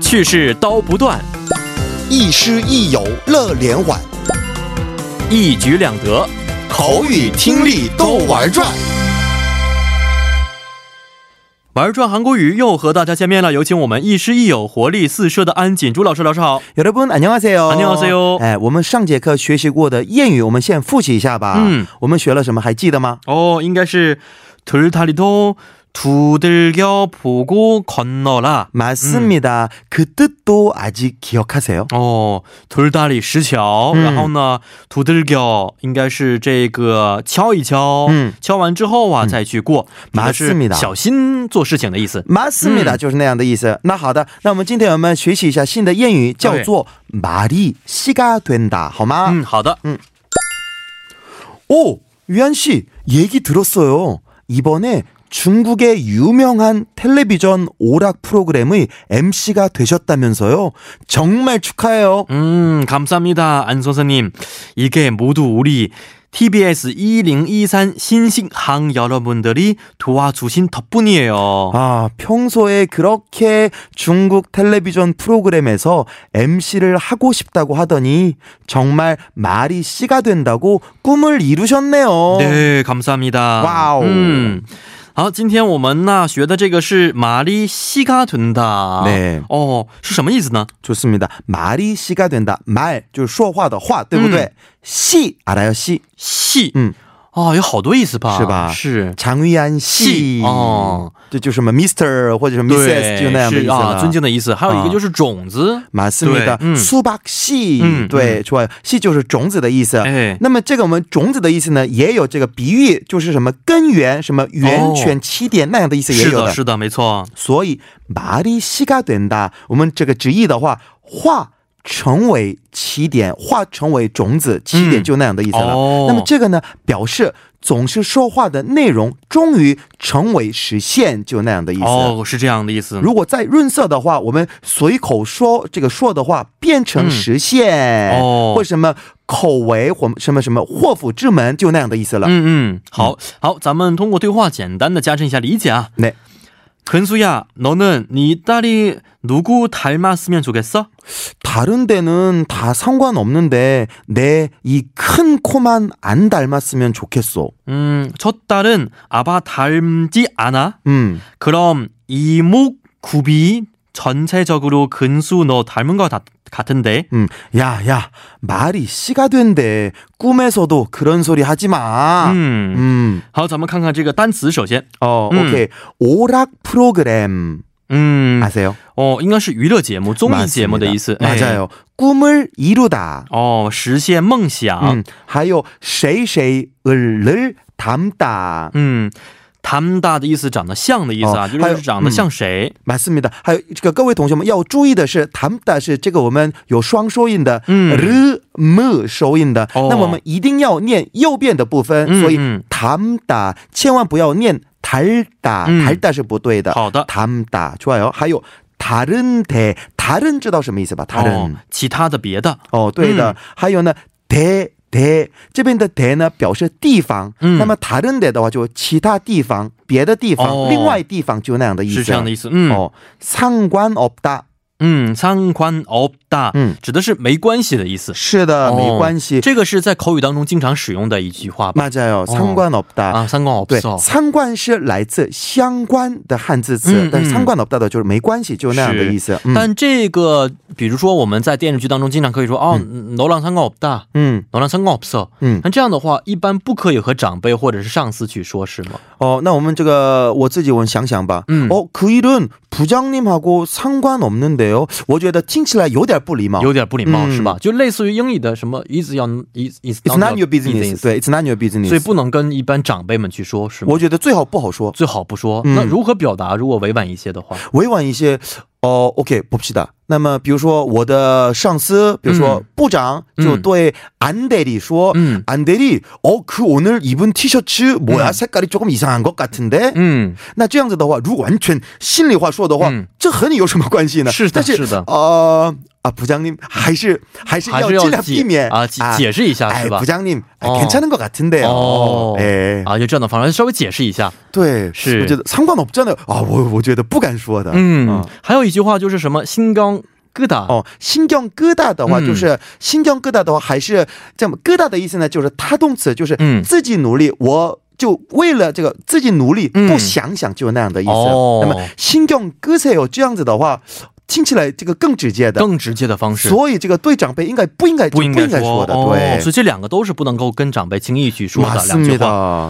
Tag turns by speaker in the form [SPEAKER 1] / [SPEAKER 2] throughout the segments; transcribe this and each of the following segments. [SPEAKER 1] 去世刀不断，
[SPEAKER 2] 亦师亦友乐连环，
[SPEAKER 1] 一举两得。
[SPEAKER 2] 口语听力都玩转。
[SPEAKER 1] 玩转韩国语又和大家见面了，有请我们亦师亦友、活力四射的安锦珠老师。老师好。
[SPEAKER 3] 여러분 안녕하세요.
[SPEAKER 1] 안녕하세요.
[SPEAKER 3] 哎，我们上节课学习过的谚语，我们先复习一下吧。
[SPEAKER 1] 嗯，
[SPEAKER 3] 我们学了什么？还记得吗？
[SPEAKER 1] 어, 应该是둘다리도 두들겨 보고 건너라.
[SPEAKER 3] 맞습니다.
[SPEAKER 1] 嗯
[SPEAKER 3] 그 뜻도 아직 기억하세요?
[SPEAKER 1] 哦，둘다리石桥，
[SPEAKER 3] 嗯
[SPEAKER 1] 然后呢，두들겨应该是这个敲一敲，
[SPEAKER 3] 嗯
[SPEAKER 1] 敲完之后啊、再去过，
[SPEAKER 3] 맞습니다
[SPEAKER 1] 指的是小心做事情的意思。
[SPEAKER 3] 맞습니다，、
[SPEAKER 1] 嗯
[SPEAKER 3] 就是那样的意思。那好的，那我们今天我们学习一下新的谚语，叫做“马力西嘎된다”，好吗？
[SPEAKER 1] 嗯，好的，
[SPEAKER 3] 오, 위안 씨 얘기 들었어요. 이번에 중국의 유명한 텔레비전 오락 프로그램의 MC가 되셨다면서요. 정말 축하해요.
[SPEAKER 1] 음, 嗯 감사합니다, 안 선생님. 이게 모두 우리 TBS 2023 신식항 여러분들이 도와주신 덕분이에요.
[SPEAKER 3] 아, 평소에 그렇게 중국 텔레비전 프로그램에서 MC를 하고 싶다고 하더니 정말 말이 씨가 된다고 꿈을 이루셨네요.
[SPEAKER 1] 네， 감사합니다。
[SPEAKER 3] 哇哦
[SPEAKER 1] 嗯，好，今天我们呢学的这个是玛丽西嘎屯的，
[SPEAKER 3] 对
[SPEAKER 1] 哦，是什么意思呢？
[SPEAKER 3] 좋습니다. 말이 씨가 된다. 말, 就是说话的话,对不对? 씨, 알아요, 씨?
[SPEAKER 1] 戏，
[SPEAKER 3] 嗯，
[SPEAKER 1] 哦，有好多意思吧？
[SPEAKER 3] 是吧
[SPEAKER 1] 是，
[SPEAKER 3] 장위안 씨.
[SPEAKER 1] 씨哦
[SPEAKER 3] 这就什么 Mr. 或者什么
[SPEAKER 1] 对，
[SPEAKER 3] Mrs.
[SPEAKER 1] 是啊，
[SPEAKER 3] 就那样的意思了。啊
[SPEAKER 1] 尊敬的意思。还有一个就是种子，对，
[SPEAKER 3] 맞습니다.
[SPEAKER 1] 嗯。
[SPEAKER 3] 수박 씨.
[SPEAKER 1] 嗯，
[SPEAKER 3] 对， 좋아요. 씨 就是种子的意思。
[SPEAKER 1] 哎，
[SPEAKER 3] 那么这个我们种子的意思呢，也有这个比喻，就是什么根源、什么源泉、起点那样的意思也
[SPEAKER 1] 哦是
[SPEAKER 3] 有
[SPEAKER 1] 的，
[SPEAKER 3] 的。
[SPEAKER 1] 是的，没错。
[SPEAKER 3] 所以马里西嘎된다，我们这个直译的话，化成为起点，化成为种子，起点就那样的意思了。
[SPEAKER 1] 哦
[SPEAKER 3] 那么这个呢，表示总是说话的内容终于成为实现，就那样的意思。
[SPEAKER 1] 哦，是这样的意思。
[SPEAKER 3] 如果再润色的话，我们随口说这个说的话变成实现、
[SPEAKER 1] 嗯哦
[SPEAKER 3] 或什么口为或什么什么祸福之门，就那样的意思了。
[SPEAKER 1] 嗯嗯，好好，咱们通过对话简单的加深一下理解啊。
[SPEAKER 3] 네,
[SPEAKER 1] 근수야, 너는 네 딸이 누구 닮았으면 좋겠어?
[SPEAKER 3] 다른 데는 다 상관없는데 내 이 큰 코만 안 닮았으면 좋겠어.
[SPEAKER 1] 음, 첫 딸은 아바 닮지 않아.
[SPEAKER 3] 음,
[SPEAKER 1] 그럼 이목 굽이 전체적으로 근수 너 닮은 것 같, 같은데.
[SPEAKER 3] 음, 야, 야, 말이 씨가 된대. 꿈에서도 그런 소리 하지 마.
[SPEAKER 1] 음,
[SPEAKER 3] 음,
[SPEAKER 1] 好，咱们看看这个单词。首先，
[SPEAKER 3] 어,
[SPEAKER 1] 음.
[SPEAKER 3] 오케이. 오락 프로그램
[SPEAKER 1] 嗯，
[SPEAKER 3] 아세요?
[SPEAKER 1] 哦，应该是娱乐节目、综艺节目的意思。 네。
[SPEAKER 3] 맞습니다.
[SPEAKER 1] 哎
[SPEAKER 3] 맞아요. 꿈을 이루다.
[SPEAKER 1] 哦，实现梦想。
[SPEAKER 3] 음, 还有 谁谁을를 담다.
[SPEAKER 1] 嗯，他们大的意思长得像的意思啊，
[SPEAKER 3] 哦
[SPEAKER 1] 就
[SPEAKER 3] 还有
[SPEAKER 1] 是长得像谁。
[SPEAKER 3] 맞습니다. 还有这个各位同学们要注意的是 담다 是这个我们有双收音的
[SPEAKER 1] 嗯。
[SPEAKER 3] 르무 收音的
[SPEAKER 1] 哦。
[SPEAKER 3] 那么我们一定要念右边的部分
[SPEAKER 1] 嗯，
[SPEAKER 3] 所以
[SPEAKER 1] 嗯。
[SPEAKER 3] 담다 千万不要念 달다
[SPEAKER 1] 嗯。
[SPEAKER 3] 달다 是不对的
[SPEAKER 1] 好的。
[SPEAKER 3] 담다 좋아요. 还有 다른데 다른 知道什么意思吧 다른
[SPEAKER 1] 哦，嗯其他的别的。
[SPEAKER 3] 哦，对的。还有呢，de de 这边的 de 呢表示地方，
[SPEAKER 1] 嗯
[SPEAKER 3] 那么 d a 的的话就其他地方、别的地方、
[SPEAKER 1] 哦
[SPEAKER 3] 另外地方就那样的意思。
[SPEAKER 1] 是这样的意思。嗯、
[SPEAKER 3] 哦， 어, 상관없다，
[SPEAKER 1] 嗯，상관없다，
[SPEAKER 3] 嗯
[SPEAKER 1] 指的是没关系的意思。
[SPEAKER 3] 是的，
[SPEAKER 1] 哦
[SPEAKER 3] 没关系。
[SPEAKER 1] 这个是在口语当中经常使用的一句话吧？
[SPEAKER 3] 맞아요，상관없다。
[SPEAKER 1] 啊，상관없
[SPEAKER 3] 嗯对，
[SPEAKER 1] 어。
[SPEAKER 3] 상관是来自相关的汉字词，
[SPEAKER 1] 嗯
[SPEAKER 3] 但是
[SPEAKER 1] 嗯
[SPEAKER 3] 상관없다的就是没关系，就那样的
[SPEAKER 1] 是
[SPEAKER 3] 意思。嗯
[SPEAKER 1] 但这个，比如说我们在电视剧当中经常可以说哦，너랑상관없다，
[SPEAKER 3] 嗯
[SPEAKER 1] 너랑상관없어。
[SPEAKER 3] 嗯
[SPEAKER 1] 那这样的话，一般不可以和长辈或者是上司去说，是吗？
[SPEAKER 3] 哦，那我们这个我自己我想想吧。
[SPEAKER 1] 嗯
[SPEAKER 3] 哦，그일은부장님하고상관없는데요。我觉得听起来有点不礼貌。
[SPEAKER 1] 有点不礼貌、
[SPEAKER 3] 嗯
[SPEAKER 1] 是吧？就类似于英语的什么 is 要 is is
[SPEAKER 3] It's not your
[SPEAKER 1] business，
[SPEAKER 3] business，对，It's not your business。
[SPEAKER 1] 所以，不能跟一般长辈们去说，是吗？
[SPEAKER 3] 我觉得最好不好说，
[SPEAKER 1] 最好不说、
[SPEAKER 3] 嗯
[SPEAKER 1] 那如何表达？如果委婉一些的话，
[SPEAKER 3] 委婉一些。哦，OK，不皮的。那么，比如说我的上司，比如说
[SPEAKER 1] 嗯
[SPEAKER 3] 部长，
[SPEAKER 1] 嗯
[SPEAKER 3] 就对안대리说，
[SPEAKER 1] 嗯
[SPEAKER 3] 안대리哦，그오늘입은티셔츠뭐
[SPEAKER 1] 음。
[SPEAKER 3] 야색깔이조금이상한것같은데。
[SPEAKER 1] 嗯，
[SPEAKER 3] 那这样子的话，如果完全心里话说的话
[SPEAKER 1] 음。 嗯，
[SPEAKER 3] 这和你有什么关系呢？
[SPEAKER 1] 是的
[SPEAKER 3] 但是
[SPEAKER 1] 是的
[SPEAKER 3] 呃， 아 부장님 还是还是要尽量避免哎
[SPEAKER 1] 啊，解解释一下是吧？
[SPEAKER 3] 부장님
[SPEAKER 1] 어.
[SPEAKER 3] 괜찮은 것 같은데요.
[SPEAKER 1] 어.
[SPEAKER 3] 예.
[SPEAKER 1] 啊，就这样的方式稍微解释一下。
[SPEAKER 3] 네,
[SPEAKER 1] 是。
[SPEAKER 3] 我觉得상관없잖아요。啊，我我觉得不敢说的。
[SPEAKER 1] 嗯，还有一句话就是什么心刚疙瘩。
[SPEAKER 3] 어, 신경 끄다 的话
[SPEAKER 1] 음.
[SPEAKER 3] 就是신경 끄다 的话还是这么끄다 的意思呢就是他动词就是
[SPEAKER 1] 嗯
[SPEAKER 3] 自己努力我就为了这个自己努力
[SPEAKER 1] 嗯
[SPEAKER 3] 不想想就那样的意思
[SPEAKER 1] 哦
[SPEAKER 3] 那么신경끄세요这样子的话听起来这个更直接的
[SPEAKER 1] 更直接的方式，
[SPEAKER 3] 所以这个对长辈应该不应该
[SPEAKER 1] 不应该
[SPEAKER 3] 不应该说的
[SPEAKER 1] 哦，所
[SPEAKER 3] 对
[SPEAKER 1] 以这两个都是不能够跟长辈轻易去说的两句话。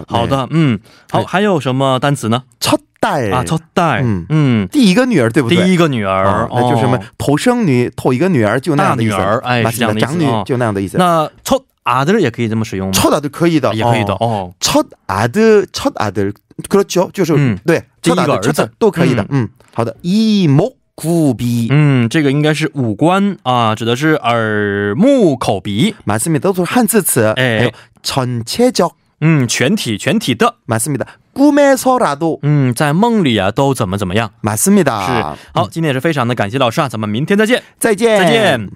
[SPEAKER 3] 맞습니다
[SPEAKER 1] 好的，嗯，好，
[SPEAKER 3] 对
[SPEAKER 1] 还有什么单词呢？
[SPEAKER 3] 첫딸
[SPEAKER 1] 啊，첫딸
[SPEAKER 3] 嗯
[SPEAKER 1] 嗯，
[SPEAKER 3] 第一个女儿对不
[SPEAKER 1] 第
[SPEAKER 3] 对
[SPEAKER 1] 一个女儿
[SPEAKER 3] 啊，那就是什么
[SPEAKER 1] 哦
[SPEAKER 3] 头生女头一个女儿就那样的意思
[SPEAKER 1] 大女儿哎是这样的意思
[SPEAKER 3] 长女
[SPEAKER 1] 哦
[SPEAKER 3] 就那样的意思
[SPEAKER 1] 那첫阿的也可以这么使用吗？
[SPEAKER 3] 첫 아들 可以的，
[SPEAKER 1] 也可以的
[SPEAKER 3] 哦。
[SPEAKER 1] 哦。
[SPEAKER 3] 첫 아들, 첫 아들. 그렇죠. 就是
[SPEAKER 1] 음.
[SPEAKER 3] 对첫
[SPEAKER 1] 第一个
[SPEAKER 3] 아들,
[SPEAKER 1] 儿子。
[SPEAKER 3] 첫都可以的. 음. 好的. 이목구비.
[SPEAKER 1] 嗯，这个应该是五官啊，指的是耳、目、口、鼻。
[SPEAKER 3] 맞습니다. 또 한字词.
[SPEAKER 1] 예.
[SPEAKER 3] 그리고 전체적.
[SPEAKER 1] 嗯，全体全体的。
[SPEAKER 3] 맞습니다. 꿈에서라도.
[SPEAKER 1] 嗯，在梦里啊都怎么怎么样。
[SPEAKER 3] 맞습니다.
[SPEAKER 1] 啊是，好，今天也是非常的感谢老师啊，咱们明天再见，
[SPEAKER 3] 再见.
[SPEAKER 1] 再见。